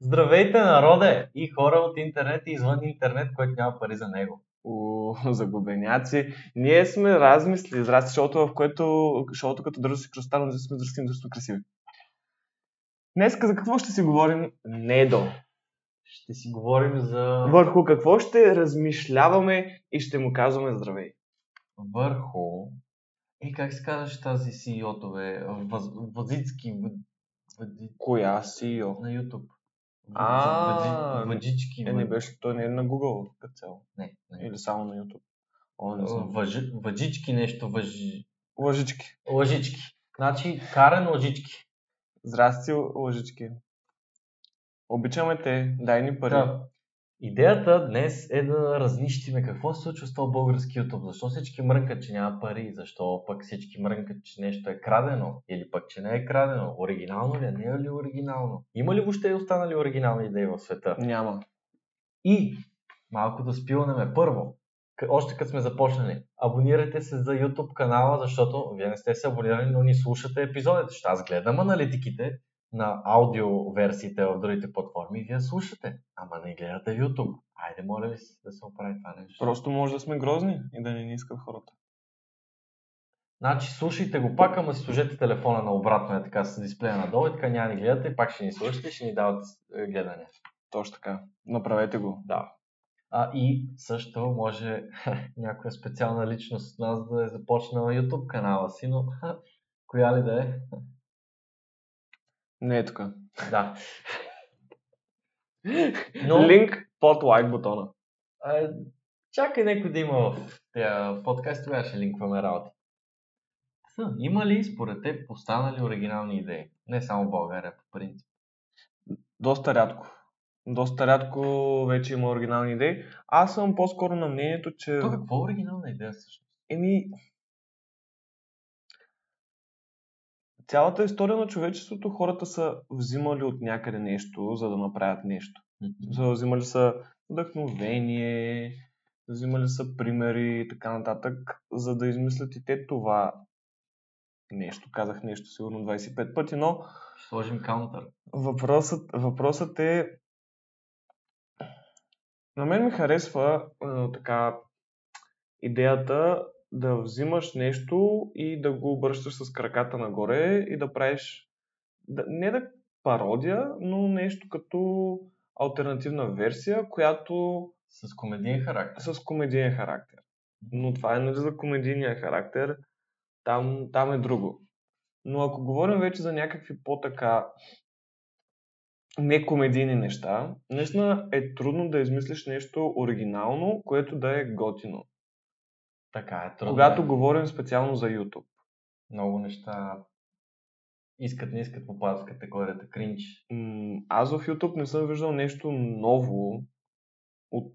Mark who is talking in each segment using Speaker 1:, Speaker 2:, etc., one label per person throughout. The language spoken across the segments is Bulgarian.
Speaker 1: Здравейте, народе! И хора от интернет и извън интернет, което няма пари за него.
Speaker 2: О, загубеняци. Ние сме размисли, здрасти шоуто, в което шоуто като държа се кръстано, не сме здрасти, но сме красиви. Днес за какво ще си говорим? Недо.
Speaker 1: Ще си говорим за...
Speaker 2: Върху какво ще размишляваме и ще му казваме здравей.
Speaker 1: Върху... И как се казваш тази CEO-тове? Въз... Възицки... въд- въди-
Speaker 2: Коя си, йо?
Speaker 1: На YouTube.
Speaker 2: А,
Speaker 1: Въди- Въджички.
Speaker 2: Е, не беше, той не е на Google като цяло.
Speaker 1: Не, не.
Speaker 2: Или само на YouTube. О, не знам.
Speaker 1: Въж... Въджички нещо, въж...
Speaker 2: Лъжички.
Speaker 1: Лъжички. Значи, карен лъжички.
Speaker 2: Здрасти, лъжички. Обичаме те, дай ни пари.
Speaker 1: Да. Идеята днес е да разнищиме какво се случва с този български YouTube. Защо всички мрънкат, че няма пари? Защо пък всички мрънкат, че нещо е крадено? Или пък, че не е крадено? Оригинално ли е? Не е ли оригинално? Има ли въобще останали оригинални идеи в света?
Speaker 2: Няма.
Speaker 1: И малко да спилнеме първо. к- Още като сме започнали, абонирайте се за YouTube канала, защото вие не сте се абонирали, но ни слушате епизодите. Ще аз гледам аналитиките на аудиоверсиите в другите платформи и вие слушате. Ама не гледате YouTube. Айде, моля ви се да се оправи това нещо.
Speaker 2: Просто може да сме грозни и да не ни искат хората.
Speaker 1: Значи слушайте го пак, ама си сложете телефона на обратно, е така с дисплея надолу и така няма да ни гледате и пак ще ни слушате и ще ни дават е, гледане.
Speaker 2: Точно така. Направете го.
Speaker 1: Да. А, и също може някоя специална личност от нас да е започнала YouTube канала си, но коя ли да е?
Speaker 2: Не е така.
Speaker 1: Да.
Speaker 2: Но...
Speaker 1: Но-
Speaker 2: Линк под лайк бутона.
Speaker 1: А, чакай някой да има в тия подкаст, тогава ще линкваме работа. Има ли според теб останали оригинални идеи? Не само в България, по принцип.
Speaker 2: Доста рядко. Доста рядко вече има оригинални идеи. Аз съм по-скоро на мнението, че...
Speaker 1: То какво е оригинална идея всъщност?
Speaker 2: Еми... Цялата история на човечеството хората са взимали от някъде нещо, за да направят нещо. За- Взимали са вдъхновение, взимали са примери и така нататък, за да измислят и те това нещо. Казах нещо сигурно 25 пъти, но
Speaker 1: Ще сложим каунтър.
Speaker 2: Въпросът, въпросът е... На мен ми харесва а, така идеята да взимаш нещо и да го обръщаш с краката нагоре и да правиш да, не да пародия, но нещо като альтернативна версия, която
Speaker 1: С комедиен характер.
Speaker 2: с комедиен характер. Но това е нали за комедийния характер, там, там е друго. Но ако говорим вече за някакви по-така некомедийни неща, наистина е трудно да измислиш нещо оригинално, което да е готино.
Speaker 1: Така е трудно.
Speaker 2: Когато
Speaker 1: е.
Speaker 2: говорим специално за YouTube.
Speaker 1: много неща искат, не искат попадат в категорията кринч.
Speaker 2: М, Аз в YouTube не съм виждал нещо ново от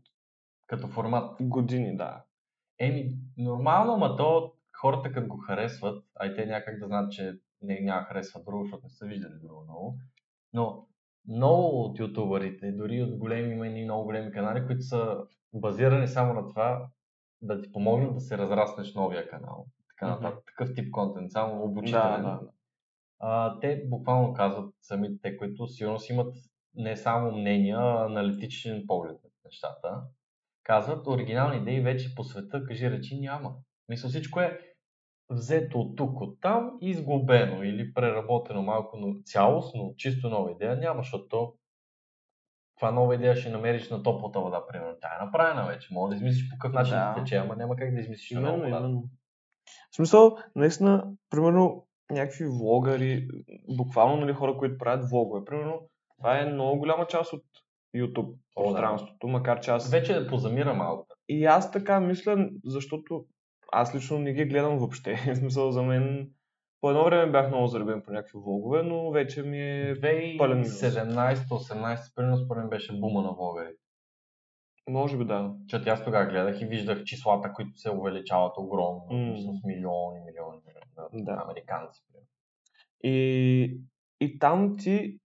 Speaker 1: Като формат.
Speaker 2: години, да.
Speaker 1: Еми, нормално, ма то хората като го харесват, а и те някак да знаят, че не, няма харесва друго, защото не са виждали друго много. Но много от ютубърите, дори от големи, има едни много големи канали, които са базирани само на това да ти помогнат да се разраснеш новия канал. Така
Speaker 2: Мгм.
Speaker 1: нататък, такъв тип контент, само обучителен.
Speaker 2: Да, да,
Speaker 1: а, те буквално казват самите те, които сигурно си имат не само мнения, а аналитичен поглед на нещата. Казват, оригинални идеи вече по света, кажи речи, няма. Мисля, всичко е взето от тук, от там и изглобено или преработено малко, но цялостно, чисто нова идея няма, защото това нова идея ще намериш на топлата вода, примерно. Тя е направена вече. Може да измислиш по какъв начин
Speaker 2: Да.
Speaker 1: да. тече, ама няма как да измислиш на нова
Speaker 2: Именно,
Speaker 1: вода.
Speaker 2: именно. В смисъл, наистина, примерно, някакви влогари, буквално нали, хора, които правят влогове. Примерно, това е много голяма част от YouTube
Speaker 1: О, да.
Speaker 2: пространството, макар че аз...
Speaker 1: Вече позамира малко.
Speaker 2: И аз така мисля, защото аз лично не ги гледам въобще. В смисъл, за мен по едно време бях много заребен по някакви влогове, но вече ми е...
Speaker 1: 2017-18, примерно според мен беше бума на българи.
Speaker 2: Може би да.
Speaker 1: Защото аз тогава гледах и виждах числата, които се увеличават огромно,
Speaker 2: М.
Speaker 1: с милиони, милиони на
Speaker 2: Да.
Speaker 1: американци. примерно.
Speaker 2: И, и там ти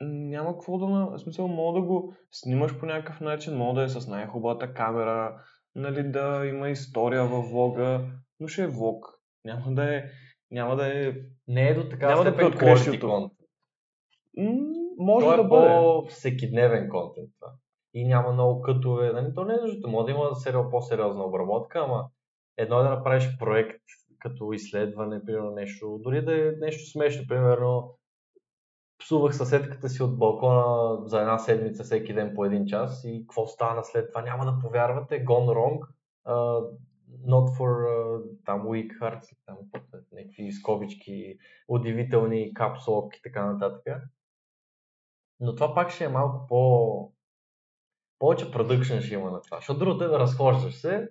Speaker 2: няма какво да... на- В смисъл, мога да го снимаш по някакъв начин, мога да е с най-хубавата камера, нали, да има история във влога, но ще е влог. Няма да е... Няма да е...
Speaker 1: Не е до така
Speaker 2: Няма да
Speaker 1: степен
Speaker 2: преоткриеш
Speaker 1: quality
Speaker 2: YouTube.
Speaker 1: content.
Speaker 2: М, може
Speaker 1: Той
Speaker 2: да
Speaker 1: е
Speaker 2: бъде.
Speaker 1: по-всекидневен контент това. И няма много кътове. Нали, то не е нужно. Може да има сериал, по-сериозна обработка, ама едно е да направиш проект като изследване, примерно нещо, дори да е нещо смешно, примерно псувах съседката си от балкона за една седмица, всеки ден по един час и какво стана след това, няма да повярвате, gone wrong, uh, not for uh, там weak hearts, там някакви скобички, удивителни капсулки и така нататък. Но това пак ще е малко по... Повече продъкшн ще има на това. Защото другото е да разхождаш се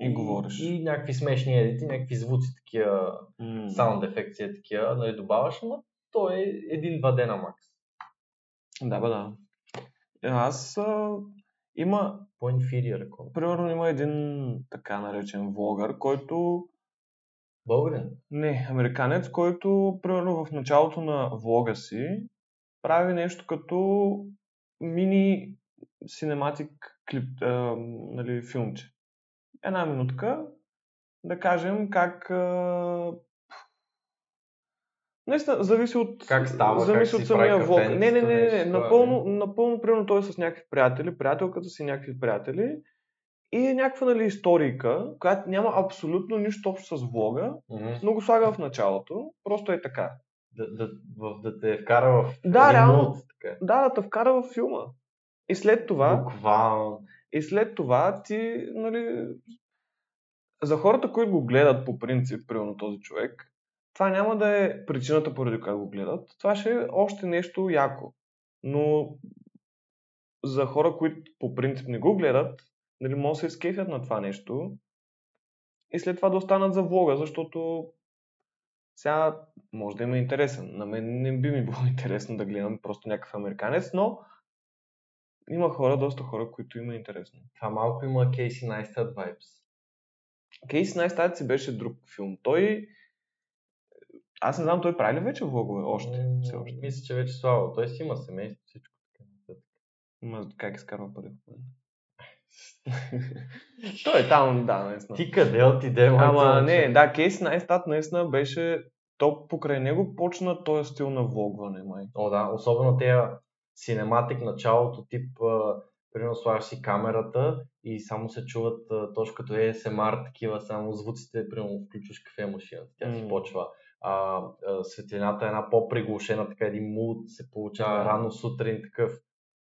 Speaker 2: И говориш.
Speaker 1: И някакви смешни едити, някакви звуци, такива
Speaker 2: М.
Speaker 1: саунд ефекти, е такива, нали, добавяш, но то е един-два дена макс.
Speaker 2: Да, бе, да. Аз а, има,
Speaker 1: По-инфериор е контент.
Speaker 2: примерно има един така наречен влогър, който
Speaker 1: Българин.
Speaker 2: Не, американец, който примерно в началото на влога си прави нещо като мини синематик клип, а, нали, филмче. Една минутка, да кажем как... А... Наистина, зависи от...
Speaker 1: Как става, как
Speaker 2: зависи
Speaker 1: си
Speaker 2: от самия
Speaker 1: прави
Speaker 2: влог.
Speaker 1: кафенцето,
Speaker 2: Не, не, не, не, не.
Speaker 1: нещо, нали?
Speaker 2: Напълно, напълно, примерно той е с някакви приятели, приятелката си някакви приятели и е някаква нали, историка, която няма абсолютно нищо общо с влога,
Speaker 1: Мгм.
Speaker 2: но го слага в началото. Просто е така.
Speaker 1: Да, да, в, да те вкара в
Speaker 2: Да,
Speaker 1: един
Speaker 2: реално.
Speaker 1: мулт, така. е.
Speaker 2: Да, да те вкара във филма. И след това,
Speaker 1: Буквално.
Speaker 2: и след това ти, нали... За хората, които го гледат по принцип, примерно този човек, това няма да е причината, поради която го гледат. Това ще е още нещо яко. Но за хора, които по принцип не го гледат, нали, може да се изкефят на това нещо и след това да останат за влога, защото сега може да им е интересен. На мен не би ми било интересно да гледам просто някакъв американец, но има хора, доста хора, които им е интересно.
Speaker 1: Това малко има Casey Neistat vibes.
Speaker 2: Кейс Найстат си беше друг филм. Той... Аз не знам, той прави ли вече влогове? Още.
Speaker 1: М,
Speaker 2: Все още.
Speaker 1: Мисля, че вече слава. Той си има семейство, всичко. така нататък.
Speaker 2: Ма, как е изкарва пари? той е там, да, наистина.
Speaker 1: Ти къде отиде,
Speaker 2: Ама
Speaker 1: момче?
Speaker 2: не, да, Кейс Найстат наистина беше топ. Покрай него почна този стил на влогване, май.
Speaker 1: О, да, особено тези синематик началото тип, а, примерно слагаш си камерата и само се чуват а, точно като ASMR, такива само звуците, примерно включваш кафе машината, тя си
Speaker 2: М.
Speaker 1: почва. А, а, светлината е една по-приглушена, така един мулт се получава
Speaker 2: Да.
Speaker 1: рано сутрин, такъв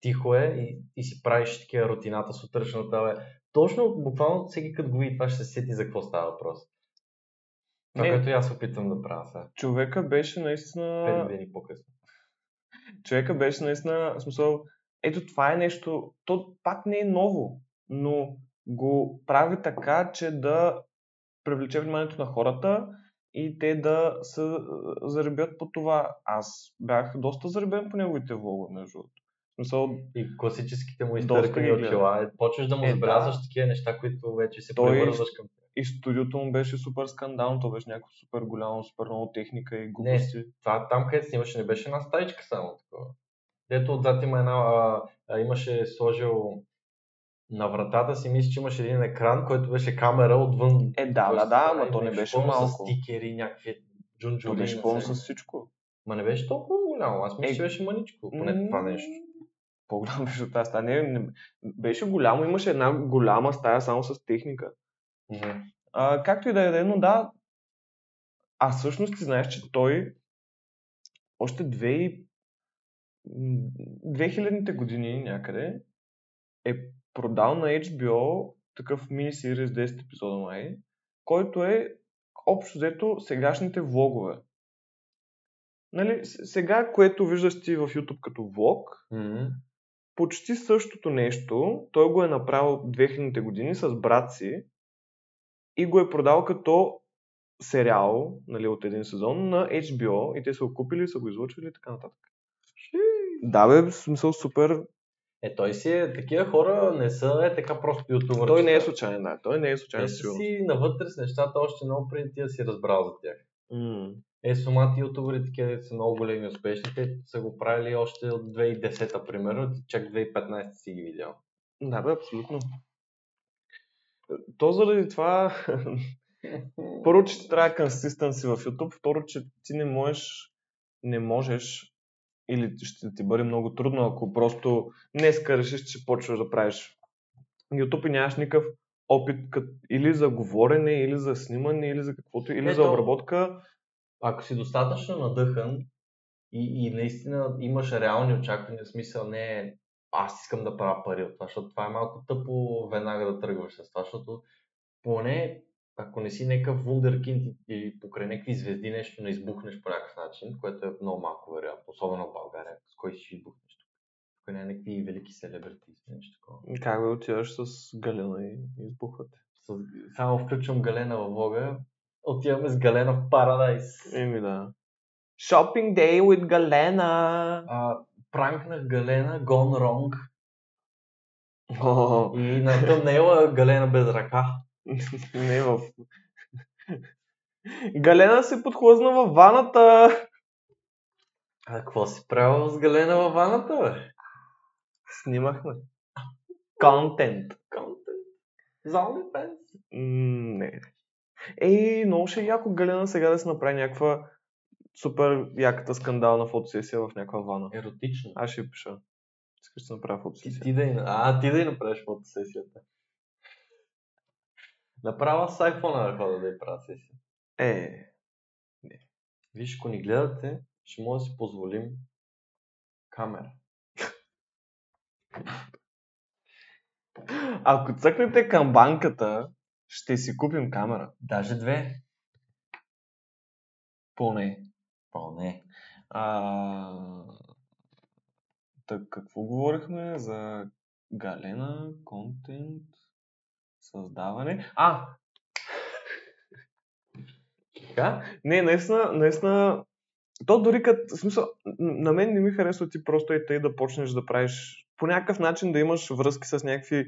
Speaker 1: тихо е и, и си правиш такива рутината сутрешната. Бе. Точно, буквално всеки като го види това ще се сети за какво става въпрос. Това,
Speaker 2: Не.
Speaker 1: което и аз опитвам да правя сега,
Speaker 2: Човека беше наистина...
Speaker 1: 5 години по-късно.
Speaker 2: човека беше наистина, в смисъл, ето това е нещо, то пак не е ново, но го прави така, че да привлече вниманието на хората и те да се е, заребят по това. Аз бях доста заребен по неговите влога, между другото. В смисъл,
Speaker 1: И класическите му
Speaker 2: Доста
Speaker 1: изтъркани
Speaker 2: ги гледам.
Speaker 1: очила. Е, Почваш да му
Speaker 2: Е,
Speaker 1: забелязваш
Speaker 2: да.
Speaker 1: такива неща, които вече се
Speaker 2: Той-
Speaker 1: превързваш към
Speaker 2: и студиото му беше супер скандално, то беше някакво супер голямо, супер много техника и глупости.
Speaker 1: това. Там, където снимаше, не беше една стаичка само такова. Дето отзад има една, а, а, имаше сложил на вратата си, мисля, че имаше един екран, който беше камера отвън.
Speaker 2: Е, да,
Speaker 1: Тоест,
Speaker 2: да, да,
Speaker 1: това е
Speaker 2: ама то не
Speaker 1: нещо
Speaker 2: беше
Speaker 1: пълно
Speaker 2: малко.
Speaker 1: С стикери, някакви
Speaker 2: То
Speaker 1: джунджули.
Speaker 2: беше
Speaker 1: на
Speaker 2: пълно с
Speaker 1: всяка-
Speaker 2: всичко.
Speaker 1: Ма не беше толкова голямо. Аз мисля,
Speaker 2: Е,
Speaker 1: че беше мъничко, поне това
Speaker 2: М,
Speaker 1: нещо.
Speaker 2: По-голям беше от тази стая. Не, не, беше голямо, имаше една голяма стая само с техника. А, както и да е, да е, но да. А всъщност ти знаеш, че той още две и- м, 2000-те години някъде е продал на HBO такъв мини-сириз 10 епизода май, който е общо взето сегашните влогове. Нали, с- сега, което виждаш ти в YouTube като влог,
Speaker 1: Мгм.
Speaker 2: почти същото нещо, той го е направил 2000-те години с брат си и го е продал като сериал нали, от един сезон на HBO и те са го купили, са го излъчвали и така нататък. Да бе, в смисъл супер.
Speaker 1: Е, той си е, такива хора не са е така просто ютубър.
Speaker 2: Той не е случайен, да. Той не е
Speaker 1: Те
Speaker 2: случайен,
Speaker 1: са
Speaker 2: сигурно.
Speaker 1: си навътре с нещата още много преди ти да си разбрал за тях.
Speaker 2: М.
Speaker 1: Е, сумати ютубери, такива деца са много големи и успешни, те са го правили още от 2010-та, примерно, ти чак 2015 си ги видял.
Speaker 2: Да бе, абсолютно. То заради това първо, че ти трябва консистенси в YouTube, второ, че ти не можеш, не можеш или ще ти бъде много трудно, ако просто днеска решиш, че почваш да правиш YouTube и нямаш никакъв опит кът, или за говорене, или за снимане, или за каквото, или
Speaker 1: Ето.
Speaker 2: за обработка.
Speaker 1: Ако си достатъчно надъхан и, и наистина имаш реални очаквания, в смисъл не е, аз искам да правя пари от това, защото това е малко тъпо веднага да тръгваш с това, защото поне ако не си някакъв вундеркинд и- и покрай някакви звезди нещо не избухнеш по някакъв начин, което е много малко вероятно, особено в България, с кой ще избухнеш тук. Тук не е някакви велики селебрити или нещо такова.
Speaker 2: Как бе отиваш с Галена и избухвате?
Speaker 1: С, само включвам Галена във влога, отиваме с Галена в Парадайс.
Speaker 2: Еми да. Shopping day with Галена!
Speaker 1: а, пранк на Галена Gone Wrong и на тъмнела Галена без ръка.
Speaker 2: Не в... Галена се подхлъзна във ваната!
Speaker 1: А какво си правил с Галена във ваната, бе?
Speaker 2: Снимахме. Контент.
Speaker 1: Контент. За OnlyFans.
Speaker 2: М, Не. Ей, много ще е яко Галена сега да се направи някаква супер яката скандална фотосесия в някаква вана.
Speaker 1: Еротично.
Speaker 2: Аз ще я пиша. Искаш да си направя
Speaker 1: Ти,
Speaker 2: фотосесия.
Speaker 1: ти да и, а, ти да и направиш фотосесията. Направо с iPhone да хода да я правя сесия.
Speaker 2: Е,
Speaker 1: Виж, ако ни гледате, ще може да си позволим камера.
Speaker 2: ако цъкнете към банката, ще си купим камера.
Speaker 1: Даже две.
Speaker 2: Поне.
Speaker 1: Поне.
Speaker 2: А... Так, какво говорихме за Галена, контент, създаване? А! Така? Не, наистина, наистина, то дори като, в смисъл, н- на мен не ми харесва ти просто и тъй да почнеш да правиш, по някакъв начин да имаш връзки с някакви,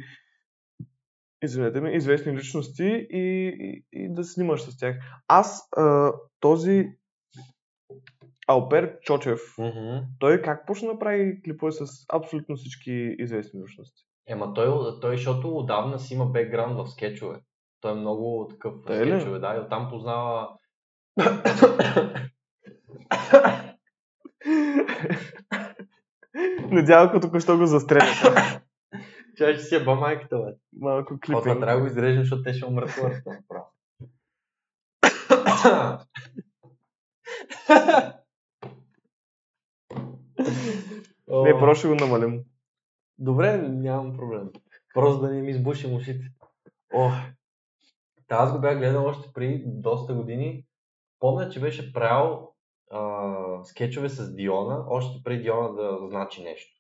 Speaker 2: извинете ме, известни личности и, и, и да снимаш с тях. Аз а, този Алберт Чочев,
Speaker 1: Mm-hmm.
Speaker 2: той как почна да прави клипове с абсолютно всички известни личности?
Speaker 1: Ема той, той, защото отдавна си има бекграунд в скетчове. Той е много такъв в
Speaker 2: Тъй е ли?
Speaker 1: скетчове, да, и оттам познава...
Speaker 2: Надявам, като току-що го застреля.
Speaker 1: Тя ще си еба майката, бе.
Speaker 2: Малко
Speaker 1: Това
Speaker 2: клипинг.
Speaker 1: трябва да го изрежем, защото те ще умрат хората направо.
Speaker 2: Не, просто ще го намалим.
Speaker 1: Добре, нямам проблем. Просто да не ми избушим ушите. О, та аз го бях гледал още преди доста години. Помня, че беше правил а, скетчове с Диона, още преди Диона да значи нещо.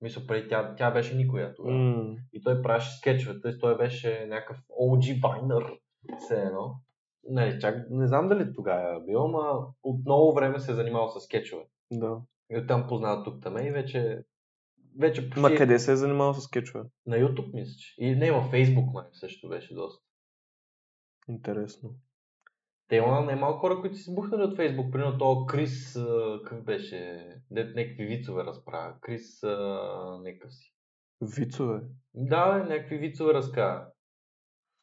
Speaker 1: Мисля, преди тя, тя беше никоя тогава. Mm.
Speaker 2: М,
Speaker 1: И той правеше скетчове, т.е. той беше някакъв OG байнер, все едно. Не, чак, не знам дали тогава е бил, ама от много време се е занимавал с скетчове.
Speaker 2: Да.
Speaker 1: И оттам познават тук там и вече... Вече почти...
Speaker 2: Ма къде се е занимавал с скетчове?
Speaker 1: На YouTube, мисля, че. И не, във Facebook май също беше доста.
Speaker 2: Интересно.
Speaker 1: Те има немалко хора, които си избухнали от Facebook. Примерно то Крис, а, как беше, дет някакви вицове разправя. Крис, а, някакъв си.
Speaker 2: Вицове.
Speaker 1: Да, бе, някакви вицове разказва.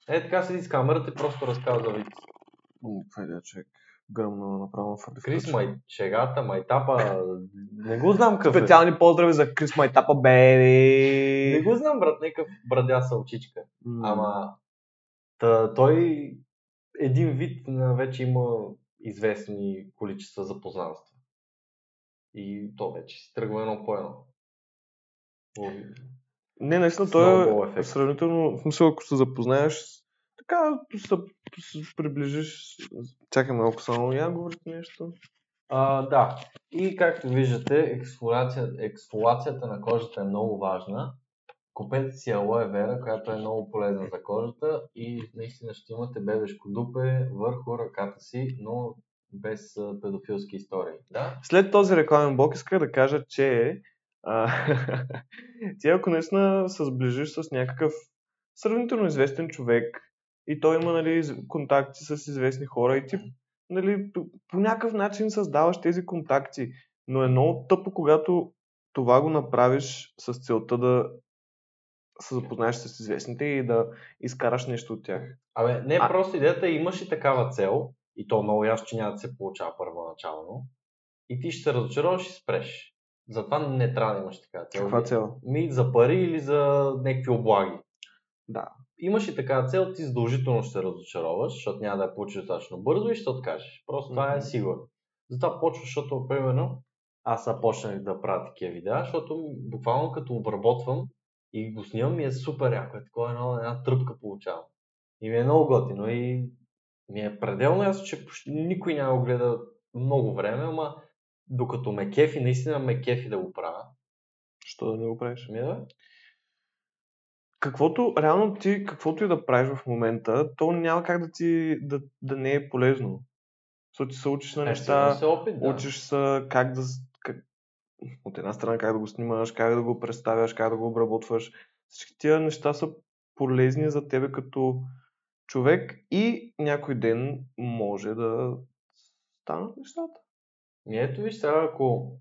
Speaker 1: Е, така седи с камерата и просто разказва за виц.
Speaker 2: М, Това е човек. Гръмна направо в
Speaker 1: Крис май, шегата, майтапа, не го знам какъв е.
Speaker 2: Специални поздрави за Крис Майтапа, бери!
Speaker 1: Не го знам, брат, някакъв брадяса очичка. Ама та, той един вид на вече има известни количества запознанства. И то вече си тръгва едно по едно. О,
Speaker 2: Не, наистина, той
Speaker 1: Snowball
Speaker 2: е
Speaker 1: ефект.
Speaker 2: сравнително, в смисъл, ако се запознаеш, с- така се, се приближиш. Чакай малко само, я говорите нещо.
Speaker 1: А, да. И както виждате, ексфолиация, ексфолиацията на кожата е много важна. Купете си алоe вера, която е много полезна за кожата и наистина ще имате бебешко дупе върху ръката си, но без а, педофилски истории. Да?
Speaker 2: След този рекламен блок исках да кажа, че а, ти ако наистина се сближиш с някакъв сравнително известен човек и той има нали, из- контакти с известни хора и ти нали, по, по някакъв начин създаваш тези контакти, но е много тъпо, когато това го направиш с целта да се запознаеш с известните и да изкараш нещо от тях.
Speaker 1: Абе, не,
Speaker 2: А-
Speaker 1: а... просто идеята е, имаш и такава цел, и то е много ясно, че няма да се получава първоначално, и ти ще се разочароваш и спреш. Затова не трябва да имаш така цел.
Speaker 2: Каква цел?
Speaker 1: Ми за пари или за някакви облаги.
Speaker 2: Да.
Speaker 1: Имаш и така цел, ти задължително ще се разочароваш, защото няма да я получиш достатъчно бързо и ще откажеш. Просто това е
Speaker 2: Мгм.
Speaker 1: сигурно. Затова почваш, защото, примерно, аз започнах да правя такива видеа, защото буквално като обработвам и го снимам, ми е супер яко. Е такова едно, една тръпка получавам. И ми е много готино и ми е пределно ясно, че почти никой няма го гледа много време, ама докато ме кефи, наистина ме кефи да го правя.
Speaker 2: Що да не го правиш?
Speaker 1: Ми е, да?
Speaker 2: Каквото, реално ти, каквото и да правиш в момента, то няма как да ти, да, да не е полезно. Защото ти се учиш на
Speaker 1: Е,
Speaker 2: неща,
Speaker 1: сигурно се опит, да.
Speaker 2: учиш се как да, с- как, от една страна как да го снимаш, как да го представяш, как да го обработваш. Всички тия неща са полезни за тебе като човек и някой ден може да станат нещата.
Speaker 1: Ми ето виж сега, ако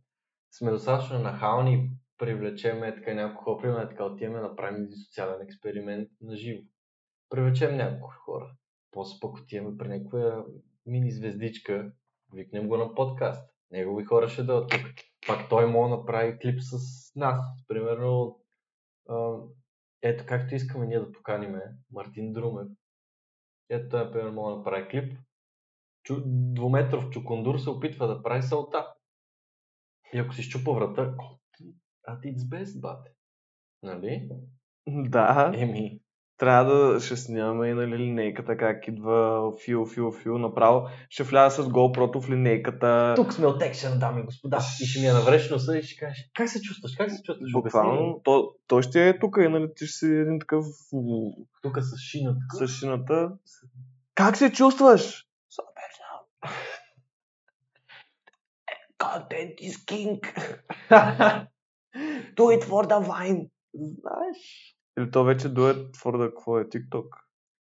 Speaker 1: сме достатъчно нахални и привлечеме така няколко хора, примерно така отиваме, направим един социален експеримент на живо. Привлечем няколко хора. После пък отиваме при някоя мини звездичка, викнем го на подкаст. Негови хора ще дойдат тук. Пак той може да направи клип с нас. Примерно, а, ето както искаме ние да поканиме Мартин Друмев. Ето той, например, може да направи клип. Чу, двуметров чукундур се опитва да прави салта. И ако си щупа врата, о, ти- а ти it's best, бате. Нали?
Speaker 2: Да,
Speaker 1: Еми,
Speaker 2: трябва да ще снимаме и на линейката, как идва фил, фил, фил, направо ще вляза с GoPro в линейката.
Speaker 1: тук сме от екшен, дами и господа. И ще ми я навреш носа и ще кажеш, как се чувстваш, как се чувстваш? Обясни ми.
Speaker 2: Буквално, то, той ще е тук и нали, ти ще си един такъв
Speaker 1: Тук с шината.
Speaker 2: с шината. Как се чувстваш?
Speaker 3: Content is king. Do it for the wine. Знаеш?
Speaker 2: Или то вече дует твърда, какво е TikTok?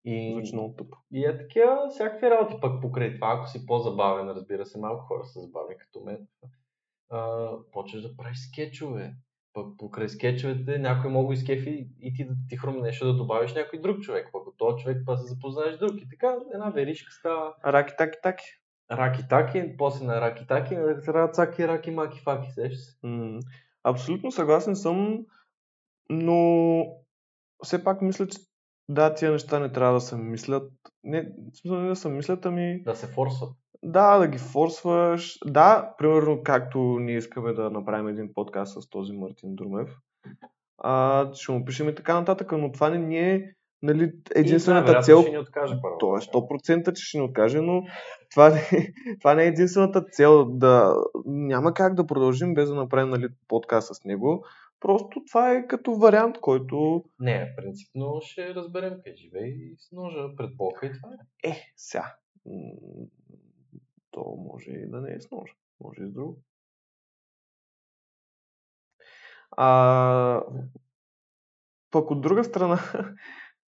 Speaker 1: И,
Speaker 2: Звучи много тъпо.
Speaker 1: и е такива всякакви работи пък покрай това. Ако си по-забавен, разбира се, малко хора са забавни като мен. А, почваш да правиш скетчове. Пък покрай скетчовете някой мога изкефи и ти да ти хрумне нещо да добавиш някой друг човек. Пък от този човек па се запознаеш с друг. И така една веришка става
Speaker 2: Раки, таки, таки.
Speaker 1: раки таки, после на раки таки, на трябва цаки, раки, маки, факи, сещаш се.
Speaker 2: М, Абсолютно съгласен съм, но все пак мисля, че да, тия неща не трябва да се мислят. Не, в смисъл не да се мислят, ами
Speaker 1: Да се форсват.
Speaker 2: да, да ги форсваш. Да, примерно както ние искаме да направим един подкаст с този Мартин Друмев. А, ще му пишем и така нататък, но това не ни е нали, единствената
Speaker 1: най-вероятно
Speaker 2: цел,
Speaker 1: Ще ни откаже първо.
Speaker 2: То е 100% че ще ни откаже, но това не, това не е единствената цел. Да, няма как да продължим без да направим нали, подкаст с него. Просто това е като вариант, който
Speaker 1: Не, принципно ще разберем къде живее и с ножа пред Бога и това е.
Speaker 2: е сега. М, То може и да не е с нож. Може и с друго. А, пък от друга страна,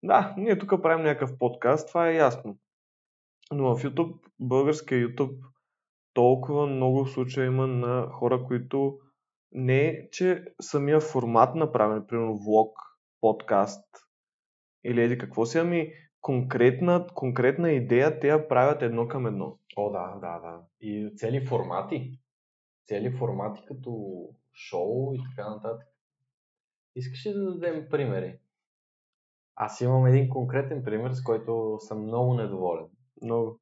Speaker 2: да, ние тук правим някакъв подкаст, това е ясно. Но в YouTube, българския YouTube, толкова много случаи има на хора, които не, че самия формат направен, примерно влог, подкаст или еди какво си, ами конкретна, конкретна идея те я правят едно към едно.
Speaker 1: О, да, да, да. И цели формати. Цели формати като шоу и така нататък. Искаш ли да дадем примери? Аз имам един конкретен пример, с който съм много недоволен.
Speaker 2: Много.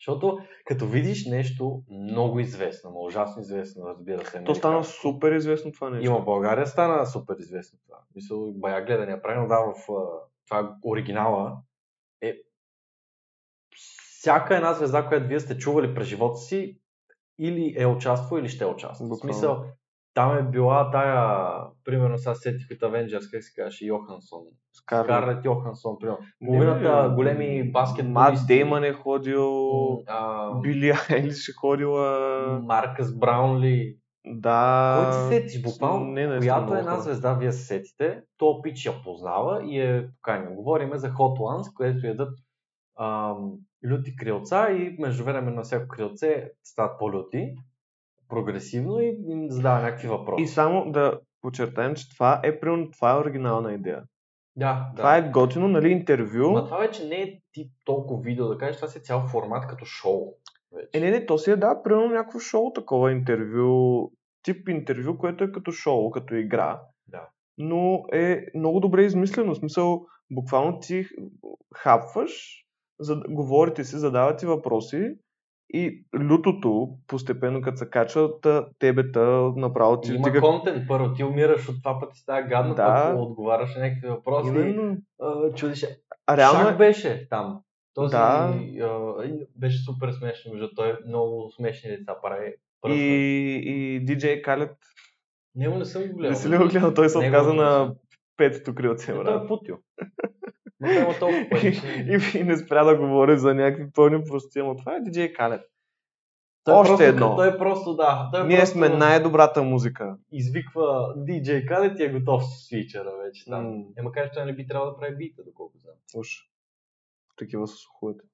Speaker 1: Защото като видиш нещо много известно, ма ужасно известно, разбира се.
Speaker 2: То стана
Speaker 1: американско.
Speaker 2: супер известно това нещо.
Speaker 1: Има в България, стана супер известно това. Мисъл, бая гледане е правилно, да, в а, това оригинала е всяка една звезда, която вие сте чували през живота си, или е участвала, или ще участва. В
Speaker 2: Буквално.
Speaker 1: смисъл, там е била тая, примерно сега се сетих от Avengers, как се казваше, Йохансон.
Speaker 2: Скарлет.
Speaker 1: Скарлет Йохансон, примерно.
Speaker 2: Не,
Speaker 1: Половината
Speaker 2: бе,
Speaker 1: големи баскетболисти.
Speaker 2: Мат Деймън е ходил,
Speaker 1: а,
Speaker 2: Били Айлиш е ходила.
Speaker 1: Маркъс Браунли.
Speaker 2: Да.
Speaker 1: Кой се сетиш буквално?
Speaker 2: не, наистина
Speaker 1: която е
Speaker 2: много
Speaker 1: една
Speaker 2: хора.
Speaker 1: звезда вие се сетите, то пич я познава и е поканил. Говориме за Hot Ones, където ядат ам, люти крилца и междувременно всяко крилце стават по-люти, прогресивно и им задава някакви въпроси.
Speaker 2: И само да подчертаем, че това е примерно, това е оригинална идея.
Speaker 1: Да, да.
Speaker 2: Това е готино, нали, интервю.
Speaker 1: Ма това вече не е тип толкова видео, да кажеш, това си е цял формат като шоу. Вече.
Speaker 2: Е, не, не, то си е, да, примерно някакво шоу, такова интервю, тип интервю, което е като шоу, като игра.
Speaker 1: Да.
Speaker 2: Но е много добре измислено. В смисъл, буквално ти хапваш, зад... говорите си, задавате въпроси и лютото, постепенно като се качва, та, тебета направо ти
Speaker 1: Има
Speaker 2: вдига-
Speaker 1: контент първо, ти умираш от това път и става гадно,
Speaker 2: Да.
Speaker 1: да. отговаряш на някакви въпроси.
Speaker 2: Именно.
Speaker 1: А, чудиш. се.
Speaker 2: А реално
Speaker 1: Шак
Speaker 2: е-
Speaker 1: беше там. Този
Speaker 2: Да.
Speaker 1: а, и беше супер смешно, защото той много смешни деца прави.
Speaker 2: и,
Speaker 1: пръсна.
Speaker 2: и диджей Калет
Speaker 1: Него не съм го гледал.
Speaker 2: не си ли го гледал? Той се
Speaker 1: Него
Speaker 2: отказа
Speaker 1: не
Speaker 2: на
Speaker 1: съм.
Speaker 2: петото крилце,
Speaker 1: Е,
Speaker 2: брат.
Speaker 1: Той е путил. Но той има толкова пари, че...
Speaker 2: и, и не спря да говори за някакви пълни простия, но това е диджей Калет.
Speaker 1: Той
Speaker 2: Още
Speaker 1: просто,
Speaker 2: едно.
Speaker 1: Той просто, да. Той
Speaker 2: Ние
Speaker 1: просто
Speaker 2: сме най-добрата музика.
Speaker 1: Извиква DJ Khaled и е готов с фичера вече там.
Speaker 2: М.
Speaker 1: Е, макар че той не би трябвало да прави бита, доколко знам.
Speaker 2: Слушай, такива са слуховете.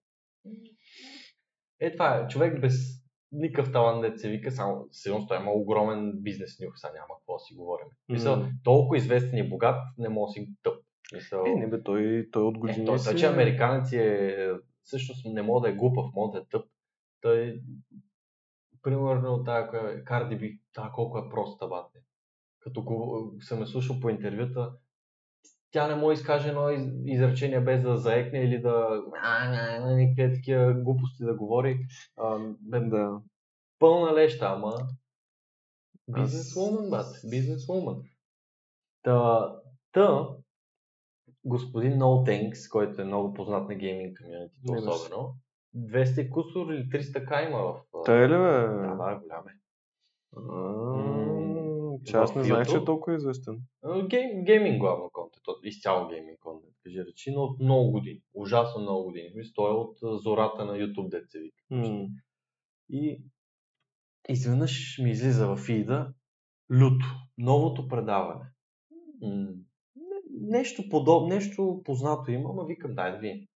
Speaker 1: Е, това е. Човек без никакъв талант да се вика, само сигурно той има огромен бизнес нюх, сега няма какво да си говорим. Мисъл,
Speaker 2: М.
Speaker 1: толкова известен и богат, не може да си тъп. Мисъл,
Speaker 2: Е, не бе, той, той от години
Speaker 1: е, той, той, че американец е, всъщност не мога да е глупав, мога да е тъп. Той, примерно, тая, коя е, Карди Би, тая колко е проста, бате. Като го, съм е слушал по интервюта, тя не може да изкаже едно из- изречение без да заекне или да някакви такива глупости да говори. А, бе,
Speaker 2: Да.
Speaker 1: пълна леща, ама
Speaker 2: Аз-
Speaker 1: бизнесвумен, бат, бизнесвумен. Та, та, господин No Thanks, който е много познат на гейминг комьюнитито,
Speaker 2: Не, бе.
Speaker 1: особено, 200 кусор или 300 кайма в... а,
Speaker 2: Той е ли бе?
Speaker 1: Да, да, голям е.
Speaker 2: А, Че аз
Speaker 1: В
Speaker 2: не знаех, че
Speaker 1: YouTube?
Speaker 2: е толкова известен.
Speaker 1: А, Гейм, гейминг главно контент, от- изцяло гейминг контент, кажи речи, но от много години, ужасно много години. Мисля, той е от а, зората на YouTube деца вика.
Speaker 2: М.
Speaker 1: И изведнъж ми излиза във фида люто, новото предаване. М, не- Нещо подобно, нещо познато има, ама викам, дай да видим.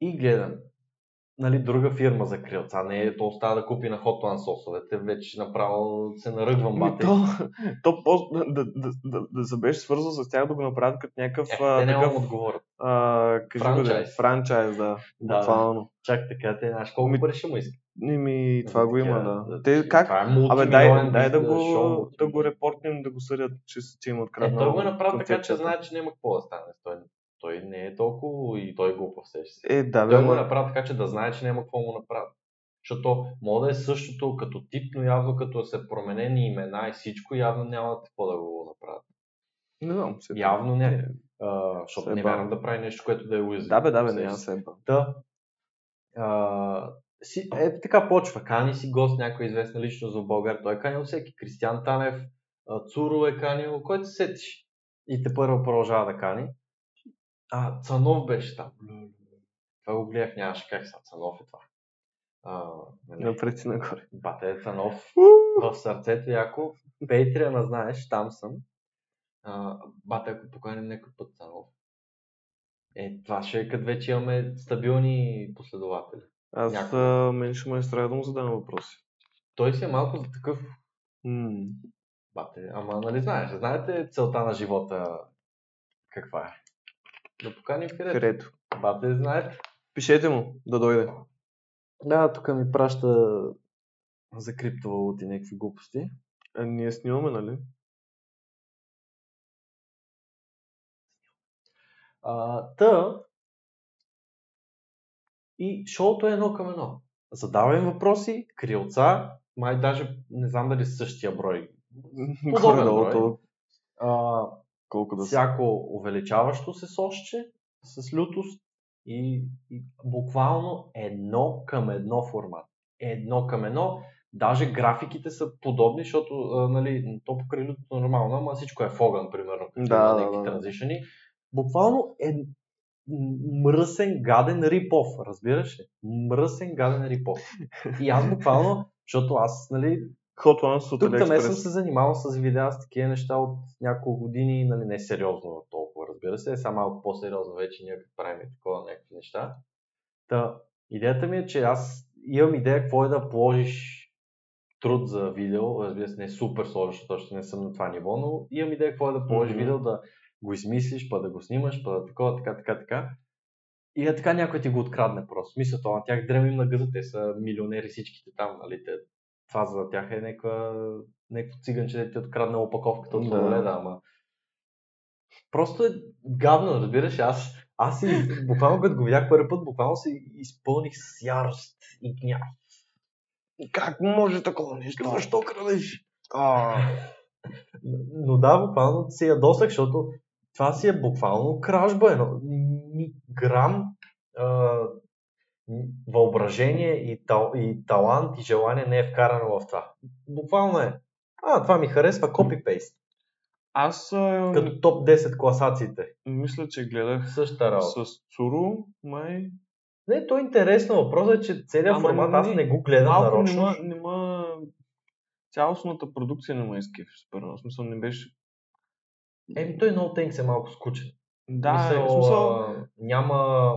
Speaker 1: И гледам. Нали, друга фирма за крилца. Не е, то остава да купи на Hotline сосовете. Вече направо се наръгвам
Speaker 2: Ми,
Speaker 1: бате.
Speaker 2: Ами то, то по- да, да, да, да, да се беше свързал с тях да го направят като някакъв,
Speaker 1: Е,
Speaker 2: а,
Speaker 1: те няма да
Speaker 2: такъв
Speaker 1: отговорят.
Speaker 2: а, кажи го да е,
Speaker 1: Франчайз.
Speaker 2: франчайз, да,
Speaker 1: Да,
Speaker 2: буквално.
Speaker 1: Чак така, те знаеш колко
Speaker 2: Ми-
Speaker 1: пари ще му искат. Е,
Speaker 2: Ими, това го има, да. Ами, Те
Speaker 1: това
Speaker 2: как,
Speaker 1: е
Speaker 2: Абе,
Speaker 1: мултимилионен
Speaker 2: дай, дай да,
Speaker 1: бизнес,
Speaker 2: го,
Speaker 1: шоу,
Speaker 2: да го репортнем, да го съдят, че, че им
Speaker 1: Е,
Speaker 2: откраднал.
Speaker 1: той го направи така, че
Speaker 2: концепцията.
Speaker 1: знае, че няма какво да стане. Той, той не е толкова и той е глупав се. ще.
Speaker 2: Е, да, бе,
Speaker 1: Той го
Speaker 2: ама-
Speaker 1: направи така, че да знае, че няма какво му направи. Защото може да е същото като тип, но явно като са променени имена и всичко, явно няма какво да го направят.
Speaker 2: Не знам. Се...
Speaker 1: Явно не.
Speaker 2: Е,
Speaker 1: А, защото
Speaker 2: се
Speaker 1: не
Speaker 2: бавя.
Speaker 1: вярвам да прави нещо, което да е уязвимо.
Speaker 2: Да, бе, да, бе,
Speaker 1: Се-
Speaker 2: не, аз се е еба.
Speaker 1: Та, а, си, е, така почва. Кани си гост, някой известна личност в България. Той е канил всеки. Кристиан Танев, а, Цуро е канил, който се сетиш. И те първо продължава да кани. А, Цанов беше там. Това го гледах, нямаше как са. Цанов е това. А, нали,
Speaker 2: Напред и нагоре.
Speaker 1: Бате Цанов
Speaker 2: Уу!
Speaker 1: в сърцето, Яко. Пейтриана знаеш, там съм. А, бате, ако поканим някой път Цанов. Е, това ще е като вече имаме стабилни последователи.
Speaker 2: Аз
Speaker 1: Някой.
Speaker 2: а, мен ще ме изтрая да му задам въпроси.
Speaker 1: Той си е малко за такъв
Speaker 2: М,
Speaker 1: бате. Ама, нали знаеш, знаете целта на живота каква е? Да поканим където.
Speaker 2: Е. Където.
Speaker 1: Бате, знаете.
Speaker 2: Пишете му да дойде.
Speaker 1: Да, тук ми праща за криптовалути някакви глупости.
Speaker 2: А, Е, ние снимаме, нали?
Speaker 1: А, та. И шоуто е едно към едно. Задавам въпроси, крилца, май даже не знам дали са същия брой. брой.
Speaker 2: то,
Speaker 1: А,
Speaker 2: колко да са.
Speaker 1: всяко увеличаващо се сошче с лютост и, и буквално едно към едно формат. Едно към едно. Даже графиките са подобни, защото а, нали, то покрай лютото нормално, ама всичко е в огън, примерно, като
Speaker 2: Да,
Speaker 1: има
Speaker 2: да,
Speaker 1: някакви
Speaker 2: да, да.
Speaker 1: транзишени. Буквално е мръсен, гаден рипов, разбираш ли? Мръсен, гаден рипов. И аз буквално, защото аз, нали,
Speaker 2: Hot Ones от
Speaker 1: тук там е, съм
Speaker 2: AliExpress.
Speaker 1: се занимавал с видеа с такива неща от няколко години, нали не сериозно толкова, разбира се, сега малко по-сериозно вече ние като правим и такова някакви неща. Та, идеята ми е, че аз имам идея какво е да положиш труд за видео, разбира се, не е супер сложно, защото още не съм на това ниво, но имам идея какво е да положиш
Speaker 2: Мгм.
Speaker 1: видео, да го измислиш, па да го снимаш, па да такова, така, така, така. И е така някой ти го открадне просто. Мисля, това на тях дремим на гъза, те са милионери всичките там, нали? Те това за тях е някаква, някакво циганче, да ти е откраднал опаковката от
Speaker 2: Да.
Speaker 1: туалета, ама. Просто е гадно, разбираш. Аз, аз и, буквално като го видях първи път, буквално се изпълних с ярост и гняв.
Speaker 3: Как може такова нещо? Защо крадеш?
Speaker 2: А,
Speaker 1: Но да, буквално се ядосах, защото това си е буквално кражба. Едно, ни, грам а, м, въображение и, тал, и талант и желание не е вкарано в това. Буквално е. А, това ми харесва, копипейст.
Speaker 2: аз а,
Speaker 1: Като топ 10 класациите.
Speaker 2: мисля, че гледах
Speaker 1: Същата работа.
Speaker 2: с Цуру, май.
Speaker 1: Не, то е интересно. Въпросът е, че целият
Speaker 2: Ама
Speaker 1: формат
Speaker 2: не-
Speaker 1: аз не го гледам
Speaker 2: Малко не
Speaker 1: нарочно.
Speaker 2: ма, не ма... Цялостната продукция не ма изкефи, спърно. В смисъл не беше...
Speaker 1: Еми, той No Thanks е малко скучен.
Speaker 2: Да,
Speaker 1: мисъл,
Speaker 2: в смисъл...
Speaker 1: а, няма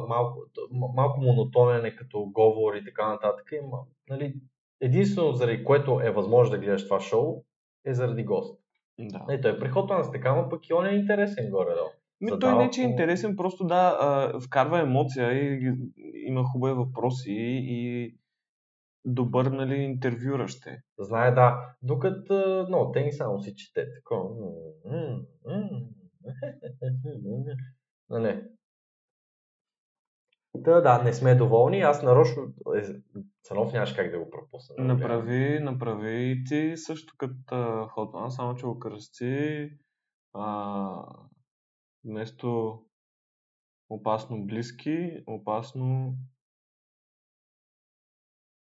Speaker 1: малко, м- малко монотонен е като говор и така нататък. Има, нали, единствено заради което е възможно да гледаш това шоу е заради гост.
Speaker 2: Да.
Speaker 1: Не, той е прихотван с така, но пък и он е интересен горе-долу.
Speaker 2: Ми, той
Speaker 1: задава
Speaker 2: не че е
Speaker 1: хубаво.
Speaker 2: интересен, просто да, а, вкарва емоция и ги- има хубави въпроси и добър, нали, интервюращ е.
Speaker 1: Знае, да. Докато а, но, те ни само си чете. Такова. м, м, м. Нали. Да, да, не сме доволни. Аз нарочно... е, Цанов нямаш как да го пропусна. нали? да го гледам.
Speaker 2: Направи, направи и ти също като Ходман, само че го кръсти а, вместо опасно близки, опасно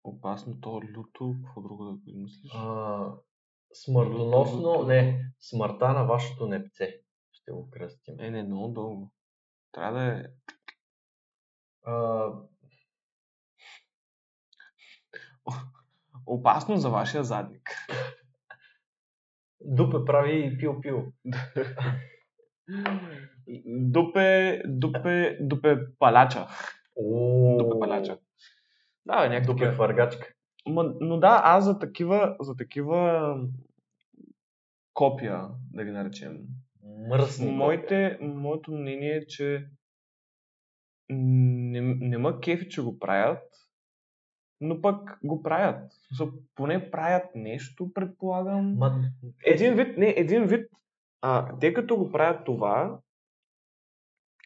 Speaker 2: опасно то люто, какво друго да го измислиш?
Speaker 1: А, смъртоносно, не, смъртта на вашето непце. Ще го кръстим.
Speaker 2: Е, не, много дълго. Трябва да е
Speaker 1: А,
Speaker 2: опасно за вашия задник.
Speaker 1: дупе прави и пил-пил.
Speaker 2: Дупе, дупе, дупе палача. Дупе палача. Да, бе, някакви
Speaker 1: Дупе
Speaker 2: такива.
Speaker 1: хвъргачка.
Speaker 2: Ма, но да, аз за такива, за такива копия, да ги наречем.
Speaker 1: Мръсни.
Speaker 2: Моите, моето мнение е, че не, не ма кефи, че го правят, но пък го правят. В смисъл, Поне правят нещо, предполагам.
Speaker 1: Ма,
Speaker 2: Един вид, не, един вид, а, те като го правят това,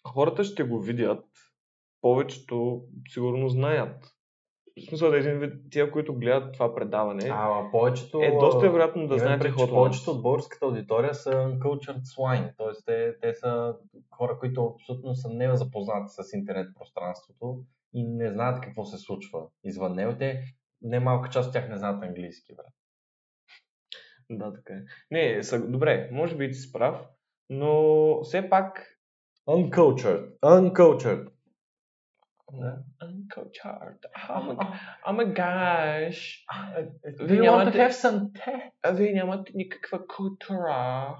Speaker 2: хората ще го видят, повечето сигурно знаят. В смисъл да един вид, тия, които гледат това предаване, а,
Speaker 1: ама повечето...
Speaker 2: е доста е вероятно да
Speaker 1: имам
Speaker 2: знаят
Speaker 1: предвид,
Speaker 2: че
Speaker 1: че Повечето от българската аудитория са uncultured swine, т.е. Те, те са хора, които абсолютно са не запознати с интернет пространството и не знаят какво се случва извън него. Те, немалка част от тях не знаят английски, брат.
Speaker 2: Да, така е. Не, са, добре, може би ти си прав, но все пак...
Speaker 1: Uncultured. Uncultured. Да.
Speaker 2: Uncultured. Oh my, oh my gosh.
Speaker 1: Do you want to have some tea?
Speaker 2: А вие нямате никаква култура.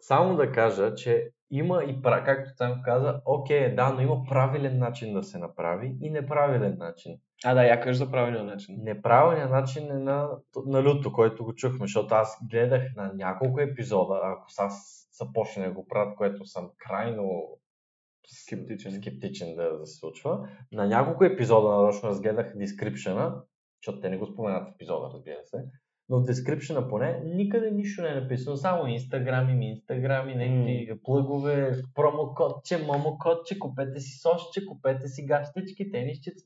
Speaker 1: Само да кажа, че има и, пра- както сам каза, окей, е, да, но има правилен начин да се направи и неправилен начин.
Speaker 2: А да, я кажа за правилния начин.
Speaker 1: Неправилният начин е на, на люто, който го чухме, защото аз гледах на няколко епизода, ако са, са почне да го правят, което съм крайно с-
Speaker 2: Скептичен.
Speaker 1: скептичен да, да се случва. На няколко епизода нарочно разгледах дескрипшена, защото те не го споменат в епизода, разбира се. Но в дескрипшена поне никъде нищо не е написано, само инстаграми, ми инстаграми, някакви плъгове, промокодче, момокодче, купете си сосче, купете си гащички, тенисчица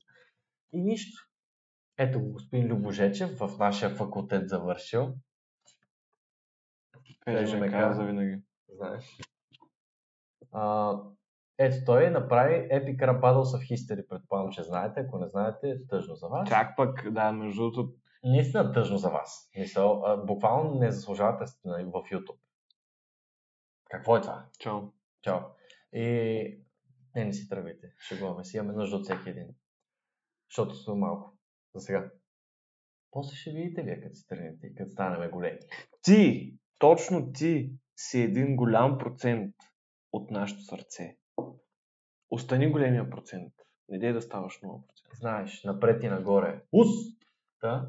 Speaker 1: и нищо. Ето го господин Любожечев в нашия факултет завършил.
Speaker 2: Кажи ме
Speaker 1: ЖМК.
Speaker 2: каза винаги.
Speaker 1: Знаеш. А, ето той направи Epic Rap Battles of History. Предполагам, че знаете. Ако не знаете, тъжно за вас.
Speaker 2: Чак пък, да, между другото,
Speaker 1: Наистина тъжно за вас. Мисъл, а, буквално не заслужавате сте на- в YouTube. Какво е това?
Speaker 2: чао.
Speaker 1: Чао. И не, не си тръгвайте. Шегуваме си. Имаме нужда от всеки един. Защото сме малко. За сега. После ще видите вие, като си тръгнете и като станем големи.
Speaker 2: Ти, точно ти, си един голям процент от нашето сърце. Остани големия процент. Не дей да ставаш 0%.
Speaker 1: знаеш, напред и нагоре. Ус! Да.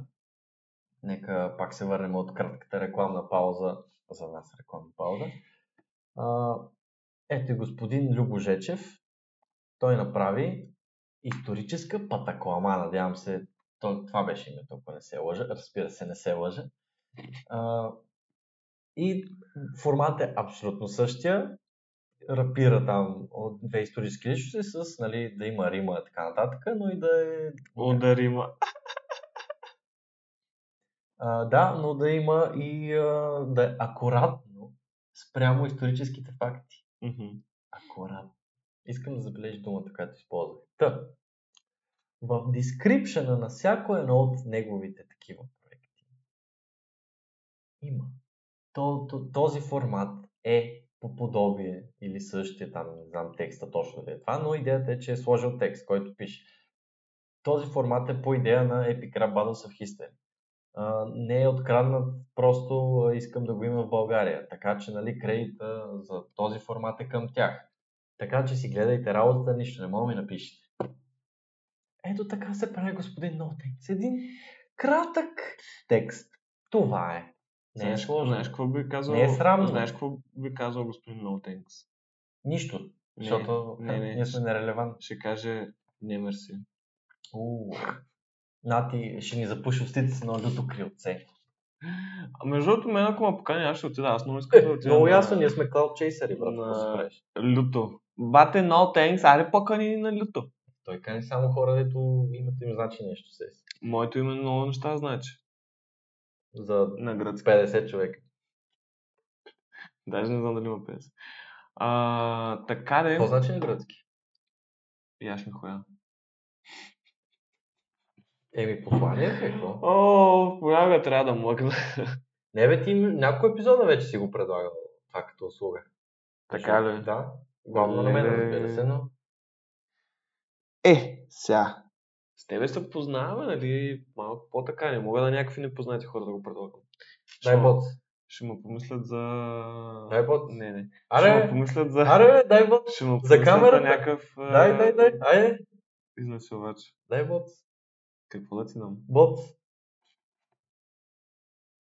Speaker 1: Нека пак се върнем от кратката рекламна пауза. За нас рекламна пауза. А, ето и господин Любо Жечев. Той направи историческа патаклама. Надявам се То, това беше името, ако не се лъжа. Разбира се, не се лъжа. А, и формат е абсолютно същия. Рапира там от две исторически личности с нали, да има рима и така нататък, но и да е...
Speaker 2: Ударима.
Speaker 1: А, да, но да има и а, да е акуратно спрямо историческите факти.
Speaker 2: Мгм.
Speaker 1: Акуратно. Искам да забележи думата, която използвах. Та. В дискрипшена на всяко едно от неговите такива проекти има. То, то, този формат е по подобие или същия, там не знам текста точно ли е това, но идеята е, че е сложил текст, който пише. Този формат е по идея на Epic Rap Battles of History. А, не е откраднат, просто а, искам да го има в България. Така че, нали, кредита за този формат е към тях. Така че си гледайте работата, нищо не мога да ми напишете. Ето така се прави господин Нотек. С един кратък текст. Това е. Не е
Speaker 2: знаеш,
Speaker 1: сложно.
Speaker 2: Знаеш какво би казал?
Speaker 1: Не е срамно.
Speaker 2: Знаеш какво би казал господин No Thanks?
Speaker 1: Нищо.
Speaker 2: Не,
Speaker 1: защото
Speaker 2: не, не.
Speaker 1: ние сме нерелевантни.
Speaker 2: Ще каже не мерси.
Speaker 1: Уу. Нати ще ни запуши устите с едно люто крилце.
Speaker 2: А между другото, мен ако ме покани, аз ще отида. Аз Е,
Speaker 1: Е,
Speaker 2: много искам да отида. на-
Speaker 1: сме клауд чейсъри,
Speaker 2: брат, какво се
Speaker 1: правиш?
Speaker 2: Люто. Бате, no thanks, аре покани на люто.
Speaker 1: Той кани само хора, дето името им значи нещо се.
Speaker 2: Моето име много неща значи.
Speaker 1: За
Speaker 2: На гръцки.
Speaker 1: 50 човека.
Speaker 2: Даже не знам дали има пес. А, така де.
Speaker 1: Какво значи на гръцки?
Speaker 2: Яш ми хуя.
Speaker 1: Еми, послание ли е, какво?
Speaker 2: О, понякога трябва да млъкна.
Speaker 1: Не бе, ти няколко епизода вече си го предлагал това като услуга.
Speaker 2: Така ли?
Speaker 1: Да. Главно на мен,
Speaker 2: Леле.
Speaker 1: разбира се, но...
Speaker 3: Е, сега.
Speaker 2: С тебе се познаваме, нали? Малко по-така. Не мога да някакви непознати хора да го предлагам.
Speaker 1: Дай
Speaker 2: Ще-
Speaker 1: бот.
Speaker 2: Ще му помислят за...
Speaker 1: Дай бот.
Speaker 2: Не, не. Ще му
Speaker 1: Аре,
Speaker 2: помислят за...
Speaker 1: аре, бе, дай бот.
Speaker 2: Ще му
Speaker 1: за
Speaker 2: помислят
Speaker 1: камерата.
Speaker 2: за някакъв... а,
Speaker 1: Дай, дай,
Speaker 2: Е.
Speaker 1: дай. Айде,
Speaker 2: Изнасилвач.
Speaker 1: дай бот.
Speaker 2: Какво да ти дам?
Speaker 1: Бот.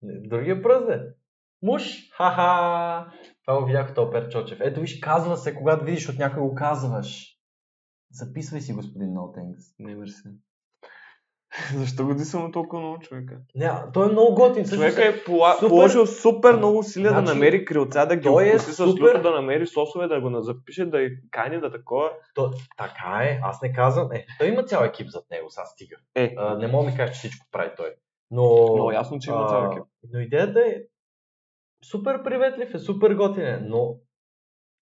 Speaker 1: Не, Другия пръст е. Муш. Ха-ха. Това го видях от Опер Чочев. Ето виж, казва се, когато видиш от някой го казваш. Записвай си, господин No Thanks.
Speaker 2: Не, мерси. Защо го дисаме толкова много човека?
Speaker 1: Не, а, той е много готин. всъщност.
Speaker 2: Човека е пола...
Speaker 1: супер-
Speaker 2: положил супер много усилия
Speaker 1: Значи,
Speaker 2: да намери крилца, да ги
Speaker 1: той е
Speaker 2: обкуси с
Speaker 1: супер-
Speaker 2: люто, да намери сосове, да го на- запише, да я кани, да такова.
Speaker 1: То, така е, аз не казвам. Е, той има цял екип зад него, сега стига.
Speaker 2: Е,
Speaker 1: А, не мога да ми кажа, че всичко прави той. Но,
Speaker 2: много ясно, че има цял
Speaker 1: а,
Speaker 2: екип.
Speaker 1: но идеята е супер приветлив е, супер готин е, но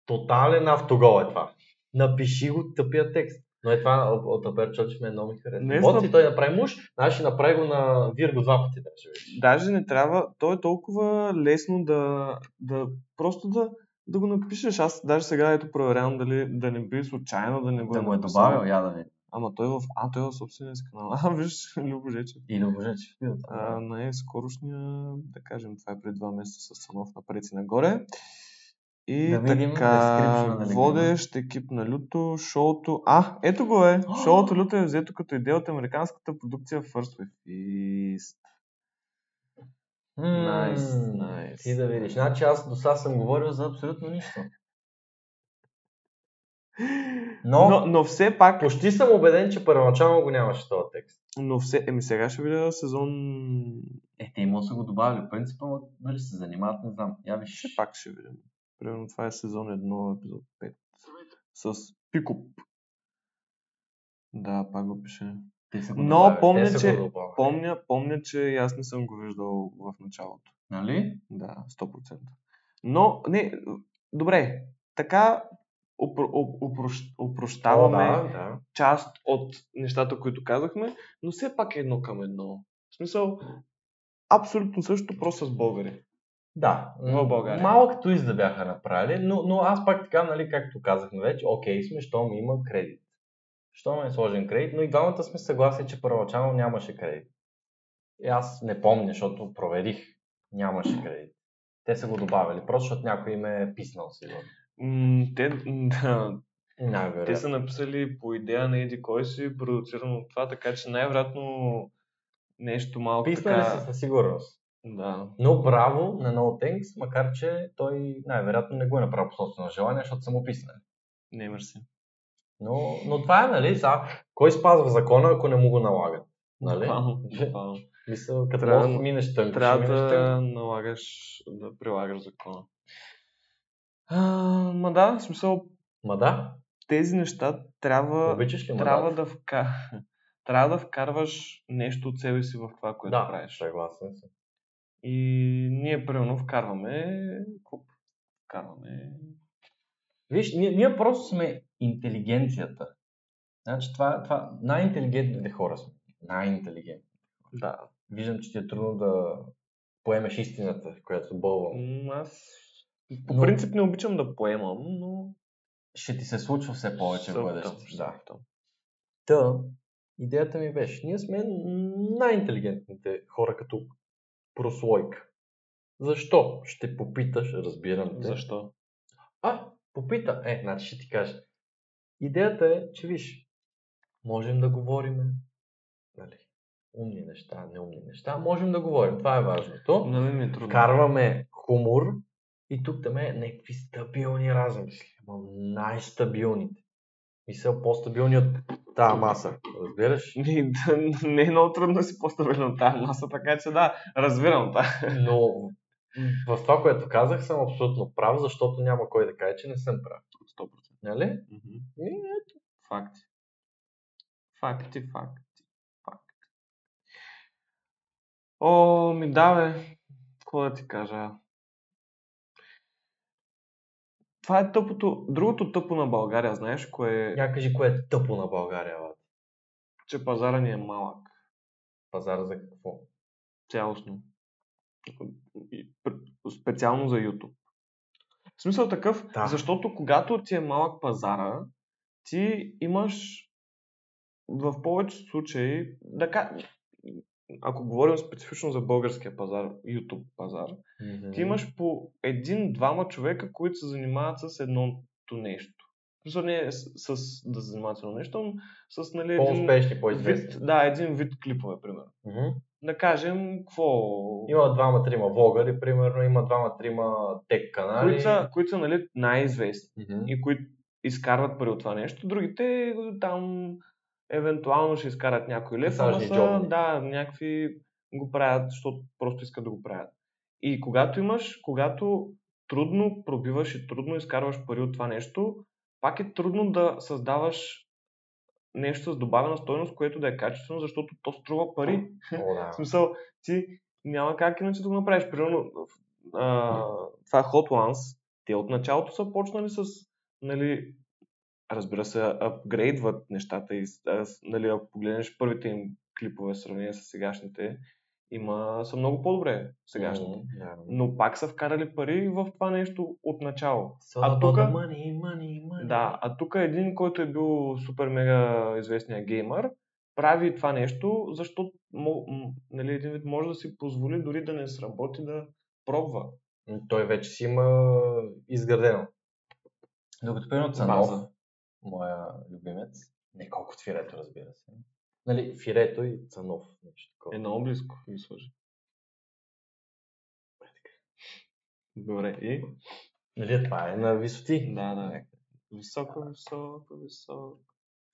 Speaker 1: тотален автогол е това. Напиши го тъпия текст. Но е това от- от Абер Чочев ме много ми
Speaker 2: Не
Speaker 1: хареса. Бот
Speaker 2: знам.
Speaker 1: си той направи муж, аз ще направи го на Вирго два пъти даже. вече.
Speaker 2: Даже не трябва, то е толкова лесно да, да просто да, да го напишеш. Аз даже сега ето проверявам дали да не би случайно да не го е
Speaker 1: е
Speaker 2: написал.
Speaker 1: я да не.
Speaker 2: Ама той в... А, той е в собствения си канал. А, виж, Любо Жечев.
Speaker 1: И не обожа, че
Speaker 2: А, на е скорошния, да кажем, това е преди два месеца с Санов напред и нагоре. И
Speaker 1: Да нали, видим
Speaker 2: така,
Speaker 1: description-а, да ли го има.
Speaker 2: водещ екип на Люто, шоуто... А, ето го е! Шоуто Люто е взето като идея от американската продукция First With Feast. Найс, найс.
Speaker 1: Ти да видиш. Значи аз до сега съм говорил за абсолютно нищо. Но,
Speaker 2: Но, но все пак...
Speaker 1: почти съм убеден, че първоначално го нямаше този текст.
Speaker 2: Но все... Еми сега ще видя сезон...
Speaker 1: Е, те има са го добавили. Принципа, дали се занимават, не знам. Я виж.
Speaker 2: Ще пак ще видим. Примерно това е сезон 1, епизод 5. С Пикуп. Да, пак го пише.
Speaker 1: Те са
Speaker 2: го Но добавили, те помня, са
Speaker 1: са
Speaker 2: го че-
Speaker 1: го добавили.
Speaker 2: Помня, помня, че и аз не съм го виждал в началото.
Speaker 1: Нали?
Speaker 2: Да, 100%. Но, не, добре, така опро- оп- опрощ- опрощаваме
Speaker 1: да, да.
Speaker 2: част от нещата, които казахме, но все пак е едно към едно. В смисъл, абсолютно също, просто с българи.
Speaker 1: Да,
Speaker 2: В България.
Speaker 1: Малък туист да бяха направили, но, но аз пак така, нали, както казахме вече, окей сме, щом има кредит. Щом е сложен кредит, но и двамата сме съгласни, че първоначално нямаше кредит. И аз не помня, защото проверих, нямаше кредит. Те са го добавили, просто защото някой им е писнал сигурно.
Speaker 2: М, Те, м, да,
Speaker 1: Най-вероятно.
Speaker 2: Те са написали по идея на Еди кой си, продуцирано от това, така че най-вероятно нещо малко
Speaker 1: писнали
Speaker 2: така...
Speaker 1: са със сигурност.
Speaker 2: Да.
Speaker 1: Но браво на No Thanks, макар че той най-вероятно не го е направил по собствено желание, защото са му писнали.
Speaker 2: Не мерси.
Speaker 1: Но, но това е, нали, за кой спазва закона, ако не му го налагат? Нали?
Speaker 2: Буквално, буквално.
Speaker 1: Мисъл, като
Speaker 2: Трябва-
Speaker 1: трябва, минеш тънко, ще
Speaker 2: Трябва
Speaker 1: минеш тънко.
Speaker 2: да налагаш, да прилагаш закона. А, ма да, в смисъл,
Speaker 1: Ма да,
Speaker 2: тези неща трябва,
Speaker 1: обичаш ли ма
Speaker 2: трябва, да вка... трябва да вкарваш нещо от себе си в това, което
Speaker 1: да,
Speaker 2: правиш.
Speaker 1: съгласен съм.
Speaker 2: И ние, примерно, вкарваме... какво Вкарваме...
Speaker 1: Виж, ние, ние просто сме интелигенцията. Значи това, това най-интелигентните хора сме. Най-интелигентни.
Speaker 2: Да.
Speaker 1: Виждам, че ти е трудно да поемеш истината, която болвам.
Speaker 2: М, Аз по
Speaker 1: Но-
Speaker 2: принцип не обичам да поемам, но...
Speaker 1: Ще ти се случва все повече
Speaker 2: ще
Speaker 1: в
Speaker 2: се
Speaker 1: бъдеще.
Speaker 2: опитам, ще се
Speaker 1: Да.
Speaker 2: опитам.
Speaker 1: Та, идеята ми беше, ние сме най-интелигентните хора като прослойка. Защо? Ще попиташ, разбирам те.
Speaker 2: Защо?
Speaker 1: А, попита. Е, значи ще ти кажа. Идеята е, че виж, можем да говориме. Нали, умни неща, неумни неща. Можем да говорим. Това е важното.
Speaker 2: На мен ми е трудно.
Speaker 1: Вкарваме хумор и тук там е някакви стабилни размисли. Ама най-стабилните. Мисъл по-стабилни от тази маса. Разбираш?
Speaker 2: Не, да, не е много трудно да си по-стабилен от тази маса, така че да, разбирам това.
Speaker 1: Но в това, което казах, съм абсолютно прав, защото няма кой да каже, че не съм прав.
Speaker 2: 100%.
Speaker 1: Нали?
Speaker 2: Ми, ето. Факти. Факти, факти, факти. О, ми да, бе. Какво да ти кажа? Това е тъпото. Другото тъпо на България, знаеш, кое е,
Speaker 1: Я кажи, кое е тъпо на България, бе?
Speaker 2: че пазара ни е малък.
Speaker 1: Пазара за какво?
Speaker 2: Цялостно. И пр- Специално за YouTube. В смисъл такъв,
Speaker 1: Да.
Speaker 2: защото когато ти е малък пазара, ти имаш в повечето случаи, да ка... ако говорим специфично за българския пазар, YouTube пазар, ти имаш по един-двама човека, които се занимават с едното нещо. В смисъл не с, с да се занимават с едно нещо, но с нали, един
Speaker 1: По-успешни,
Speaker 2: вид,
Speaker 1: по-известни.
Speaker 2: да, един вид клипове, примерно.
Speaker 1: Мгм.
Speaker 2: Да кажем, какво...
Speaker 1: Има двама-трима влогари, примерно, има двама-трима тек канали.
Speaker 2: Които са, които са нали, най-известни.
Speaker 1: Мгм.
Speaker 2: и които изкарват пари от това нещо. Другите там евентуално ще изкарат някой лев, ама
Speaker 1: Сажни
Speaker 2: са,
Speaker 1: джобни.
Speaker 2: да, някакви го правят, защото просто искат да го правят. И когато имаш, когато трудно пробиваш и трудно изкарваш пари от това нещо, пак е трудно да създаваш нещо с добавена стойност, което да е качествено, защото то струва пари.
Speaker 1: О, да.
Speaker 2: В смисъл, ти няма как иначе да го направиш. Примерно, в- а, това Hot Ones, те от началото са почнали с, нали, разбира се, апгрейдват нещата и, с- а, с- нали, ако погледнеш първите им клипове в сравнение с сегашните, има, са много по-добре сегашните.
Speaker 1: Мгм, да.
Speaker 2: Но пак са вкарали пари в това нещо от начало.
Speaker 1: So
Speaker 2: А
Speaker 1: about
Speaker 2: тука-
Speaker 1: the money, money, money.
Speaker 2: Да, а тук един, който е бил супер мега известния геймър, прави това нещо, защото мо- м- нали, един вид може да си позволи дори да не сработи да пробва.
Speaker 1: М, Той вече си има изградено. Докато примерно Цанов,
Speaker 2: База.
Speaker 1: моя любимец, не колко от Фирето, разбира се. Нали, Фирето и Цанов. Нещо такова.
Speaker 2: Е много близко, ми сложи. Добре, и?
Speaker 1: Нали, това е на висоти.
Speaker 2: Да, да. Високо, високо, високо.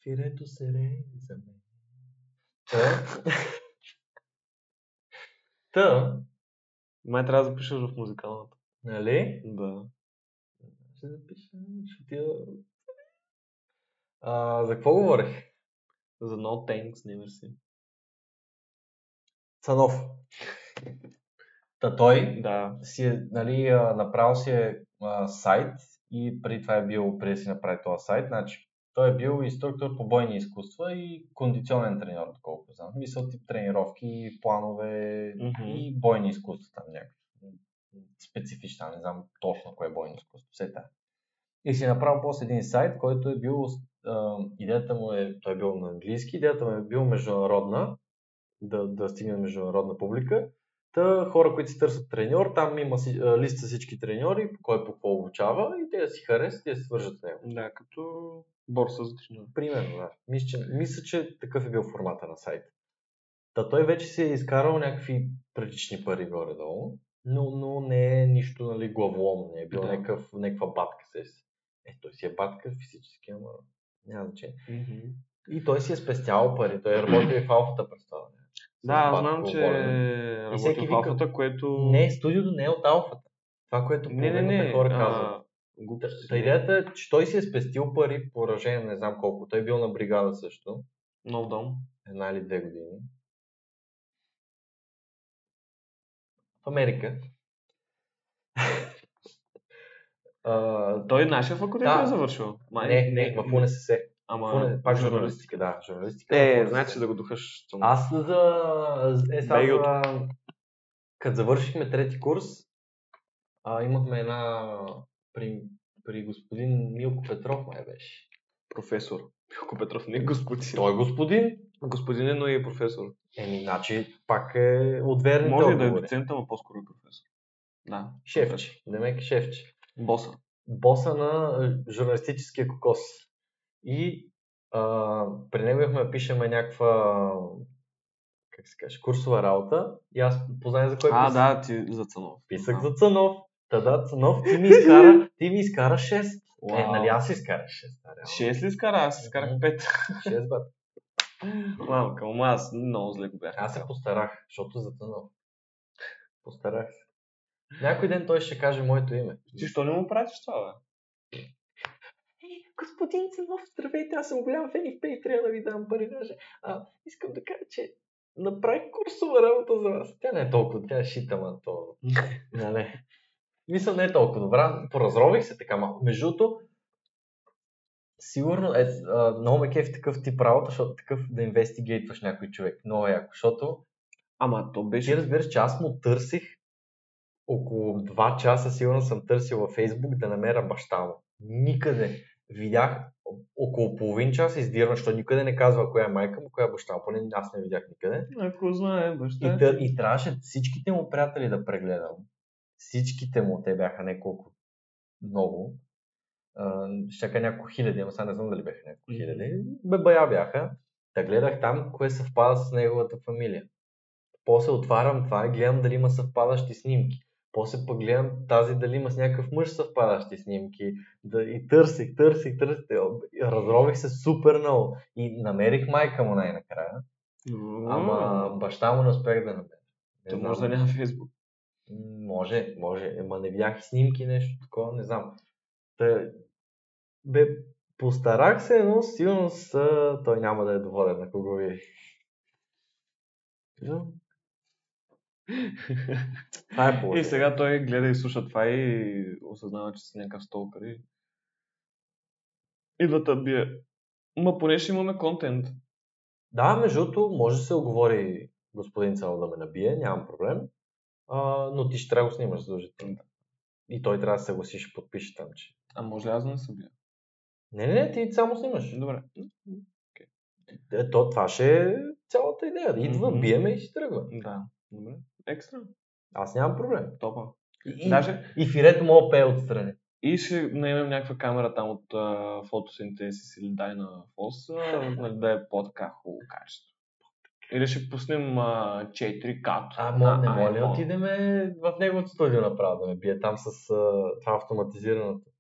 Speaker 1: Фирето се реза. Та. Та.
Speaker 2: Май трябва да запишеш в музикалната.
Speaker 1: Нали?
Speaker 2: Да.
Speaker 1: Ще запиша, ще отида. А, за какво говорих?
Speaker 2: За No Thanks, не мерси.
Speaker 1: Цанов. Та той
Speaker 2: Да.
Speaker 1: си е, нали, а, направил си е а, сайт и преди това е бил, преди да си направи този сайт, значи той е бил инструктор по бойни изкуства и кондиционен треньор, доколко знам. Мисъл тип тренировки, планове,
Speaker 2: Мгм.
Speaker 1: и бойни изкуства там някакви. Специфична, не знам точно кое е бойни изкуство. Все така. И си е направил после един сайт, който е бил, а, идеята му е, той е бил на английски, идеята му е бил международна, да, да стигне до международна публика. Та хора, които си търсят треньор, там има си, а, лист с всички треньори, кой по какво обучава и те да си харесат и да се свържат с него.
Speaker 2: Да, като борса за тишина.
Speaker 1: Примерно, да. Мисля, че, мисля, че такъв е бил формата на сайта. Та той вече си е изкарал някакви прилични пари горе-долу, но, но не е нищо нали, главоломно, не е бил
Speaker 2: Да.
Speaker 1: да. някакъв, е някаква батка се. Е, той си е батка физически, ама няма значение. И той си е спестял пари. Той е работил и в алфата представа.
Speaker 2: Да, аз знам, че
Speaker 1: И
Speaker 2: работи
Speaker 1: всеки
Speaker 2: в
Speaker 1: вика,
Speaker 2: алфата, което...
Speaker 1: Не, студиото не е от алфата. Това, което
Speaker 2: не, не,
Speaker 1: половината
Speaker 2: не.
Speaker 1: хора
Speaker 2: а,
Speaker 1: казват. Та,
Speaker 2: глупости,
Speaker 1: та
Speaker 2: не.
Speaker 1: идеята е, че той си е спестил пари по поражение, не знам колко. Той е бил на бригада също,
Speaker 2: Нов дом.
Speaker 1: една или две години. В Америка. а,
Speaker 2: Той нашия факултет
Speaker 1: Да.
Speaker 2: е завършил. Май,
Speaker 1: не, не, в УНСС.
Speaker 2: Ама...
Speaker 1: В УН- Пак журналистика, да. Журналистика. в
Speaker 2: Е,
Speaker 1: УНСС.
Speaker 2: значи да го духаш. само.
Speaker 1: Аз за... Е, сега,
Speaker 2: Бейгото.
Speaker 1: за... Като завършихме трети курс, а, имахме една... При, при господин Милко Петров май беше.
Speaker 2: професор. Милко Петров, не господин.
Speaker 1: Той е господин.
Speaker 2: Господин е, но и е професор.
Speaker 1: Еми, значи пак е от верните
Speaker 2: Може и да е
Speaker 1: отговори.
Speaker 2: доцент, ама по-скоро е професор. Да.
Speaker 1: Шефче. Демек е шефче.
Speaker 2: Боса.
Speaker 1: Боса на е, журналистическия кокос. И а, при него имахме, пишеме някаква как се каже, курсова работа. И аз познай за кой
Speaker 2: А,
Speaker 1: писах.
Speaker 2: да, ти за ценов.
Speaker 1: Писах
Speaker 2: А.
Speaker 1: е за Цанов. Та да, Цанов, ти ми изкара, ти ми изкара 6. Е,
Speaker 2: Уау.
Speaker 1: нали аз изкарах 6, да, реално.
Speaker 2: 6 ли изкара? Аз изкарах
Speaker 1: Мгм.
Speaker 2: 5.
Speaker 1: 6 бат.
Speaker 2: Мамка, ама аз много зле го бях.
Speaker 1: Аз се постарах, защото за Цанов. Постарах се. Някой ден той ще каже моето име.
Speaker 2: Ти що не му пратиш това, бе?
Speaker 1: Господин Ценов, здравейте, аз съм голям фен и в Пей, трябва да ви дам пари. даже. А, искам да кажа, че направих курсова работа за вас. Тя не е толкова, тя е шита, ма то. Нали? Мисля, не е толкова добра. Поразрових се така малко. Между другото, сигурно е, а, много ме кефи такъв тип работа, защото такъв да инвестигейтваш някой човек. Много яко, защото
Speaker 2: Ама то
Speaker 1: ти
Speaker 2: беше...
Speaker 1: разбираш, че аз му търсих около 2 часа, сигурно съм търсил във Фейсбук да намеря баща му. Никъде. Видях около половин час издирвам, защото никъде не казва коя е майка му, коя е баща му, поне аз не видях никъде.
Speaker 2: Ако знае, баща.
Speaker 1: И, тър, и трябваше всичките му приятели да прегледам. Всичките му, те бяха няколко много. А, ще кажа няколко хиляди, ама сега не знам дали бяха няколко
Speaker 2: Мгм.
Speaker 1: хиляди. Бе, бая бяха. Та гледах там, кое съвпада с неговата фамилия. После отварям това и гледам дали има съвпадащи снимки. После пък гледам тази дали има с някакъв мъж съвпадащи снимки. Да, и търсих, търсих, търсих. И Разрових се супер много. И намерих майка му най-накрая. Ама баща му не успях да намеря. Не
Speaker 2: То
Speaker 1: знам.
Speaker 2: може Е, да няма Фейсбук.
Speaker 1: М, Може, може. Ема не видях и снимки, нещо такова, не знам. Та, бе, постарах се, но сигурно са... той няма да е доволен, ако го види.
Speaker 2: Е.
Speaker 1: Но... Това е
Speaker 2: И
Speaker 1: положението.
Speaker 2: сега той гледа и слуша това и осъзнава, че си някакъв столкър и... Идва да бие. Ма поне ще имаме контент.
Speaker 1: Да, между другото, може да се оговори господин Цанов да ме набие, нямам проблем. А, но ти ще трябва да го снимаш задължително. И той трябва да се съгласи, ще подпише там, че...
Speaker 2: А може ли аз да не се бия?
Speaker 1: Не, не, не, ти само снимаш.
Speaker 2: Добре.
Speaker 1: Е, то, това ще е цялата идея. Идва,
Speaker 2: Мгм.
Speaker 1: биеме и си тръгва.
Speaker 2: Да. Добре. Екстра.
Speaker 1: Аз нямам проблем.
Speaker 2: Топа.
Speaker 1: И,
Speaker 2: Даже
Speaker 1: и фирето мога да пее е отстрани.
Speaker 2: И ще наемем някаква камера там от а, фотосинтезис или дай на фос, а, нали, да е по-така хубаво качество. Или ще пуснем а, 4K.
Speaker 1: А,
Speaker 2: на
Speaker 1: ма, не моля,
Speaker 2: iPhone.
Speaker 1: отидеме в неговото студио направо да ме бие там с а, това автоматизираното.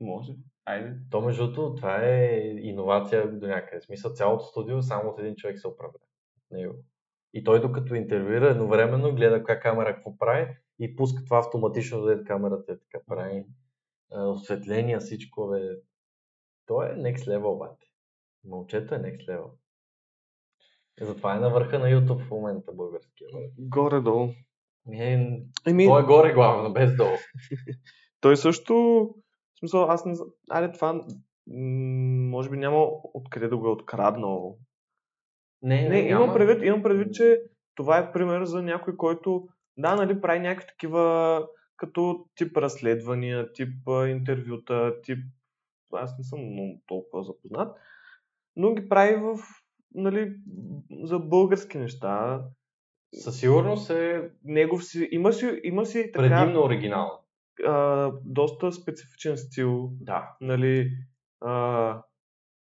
Speaker 2: Може. Айде.
Speaker 1: То, между другото, това е иновация до някъде. В смисъл, цялото студио само от един човек се управлява. От Него. И той, докато интервюира, едновременно гледа коя камера какво прави и пуска това автоматично, дед камерата е така прави. А, осветления, всичко бе. Той е next level, бате. Момчето е next level. И Затова е на върха на YouTube в момента българския. бе.
Speaker 2: Горе-долу.
Speaker 1: Е,
Speaker 2: Еми,
Speaker 1: Той е горе главно, без долу.
Speaker 2: той също... В смисъл, аз не знам. Аре, това м, може би няма откъде да го е откраднал.
Speaker 1: Не,
Speaker 2: Не, имам предвид, имам предвид, че това е пример за някой, който, да, нали, прави някакви такива, като тип разследвания, тип а, интервюта, тип... Аз не съм много толкова запознат, но ги прави в, нали, за български неща.
Speaker 1: Със сигурност е
Speaker 2: Негов си, има си, има си така,
Speaker 1: предимно оригинално.
Speaker 2: а, доста специфичен стил,
Speaker 1: Да.
Speaker 2: нали, а,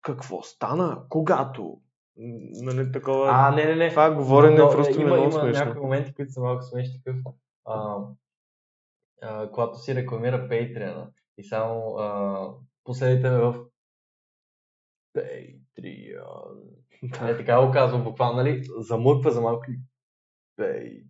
Speaker 2: какво стана, когато, М, нали, такова...
Speaker 1: А, не, не, не.
Speaker 2: това говорене
Speaker 1: Но,
Speaker 2: просто ми е
Speaker 1: има,
Speaker 2: много
Speaker 1: има
Speaker 2: смешно.
Speaker 1: някои моменти, които са малко смешни, такъв. А, а, когато си рекламира Patreon и само а, последите ме в Patreon. Е, така го казвам буквално, нали? Замлъква за малко. и Patreon.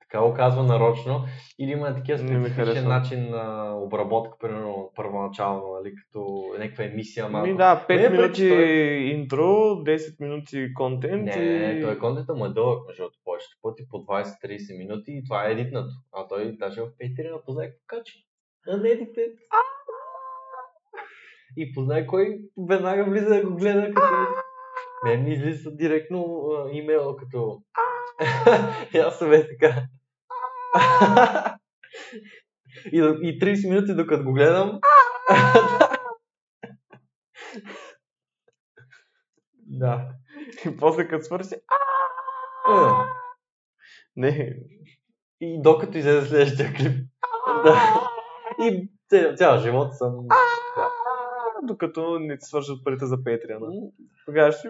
Speaker 1: Така го казва нарочно. Или има такива
Speaker 2: Не ми
Speaker 1: специфичен
Speaker 2: харесва.
Speaker 1: начин на обработка, примерно първоначално, нали? Като някаква емисия малко.
Speaker 2: Ми Ами да, 5
Speaker 1: Не,
Speaker 2: минути
Speaker 1: пречи,
Speaker 2: интро, 10 минути контент
Speaker 1: Не,
Speaker 2: и...
Speaker 1: не, не, той контента му е дълъг, между другото, повечето пъти по 20-30 минути и това е едитнато. А той даже в Patreon познае какво качи. Unedited. И познае кой веднага влиза да го гледа, като... Не ми излиза директно а, имейл, като... и аз съм е така. и, до- и 30 минути, докато го гледам, да.
Speaker 2: И после като свърши...
Speaker 1: Е.
Speaker 2: Не,
Speaker 1: И докато излезе следващия клип. да. И цял, цял живот съм. Да.
Speaker 2: докато не ти свършат парите за Patreon. Тогава ще...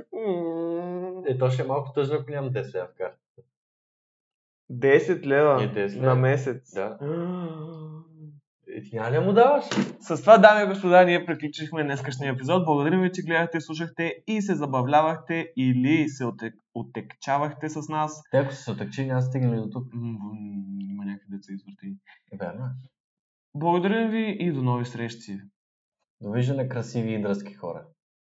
Speaker 1: Е, то ще е малко тъжно, ако нямам 10 лева в карта.
Speaker 2: 10 лева
Speaker 1: Е, 10 лева.
Speaker 2: на месец.
Speaker 1: Да. Е, ти няма ли да му даваш?
Speaker 2: С това, дами и господа, ние приключихме днескашния епизод. Благодарим ви, че гледахте, слушахте и се забавлявахте или се отек... отекчавахте с нас.
Speaker 1: Те, ако се отъкчи, няма стигнали до тук.
Speaker 2: М, в- Има някъде деца извърти.
Speaker 1: Верно. е.
Speaker 2: Благодарим ви и до нови срещи.
Speaker 1: Довиждане, красиви и дръзки хора.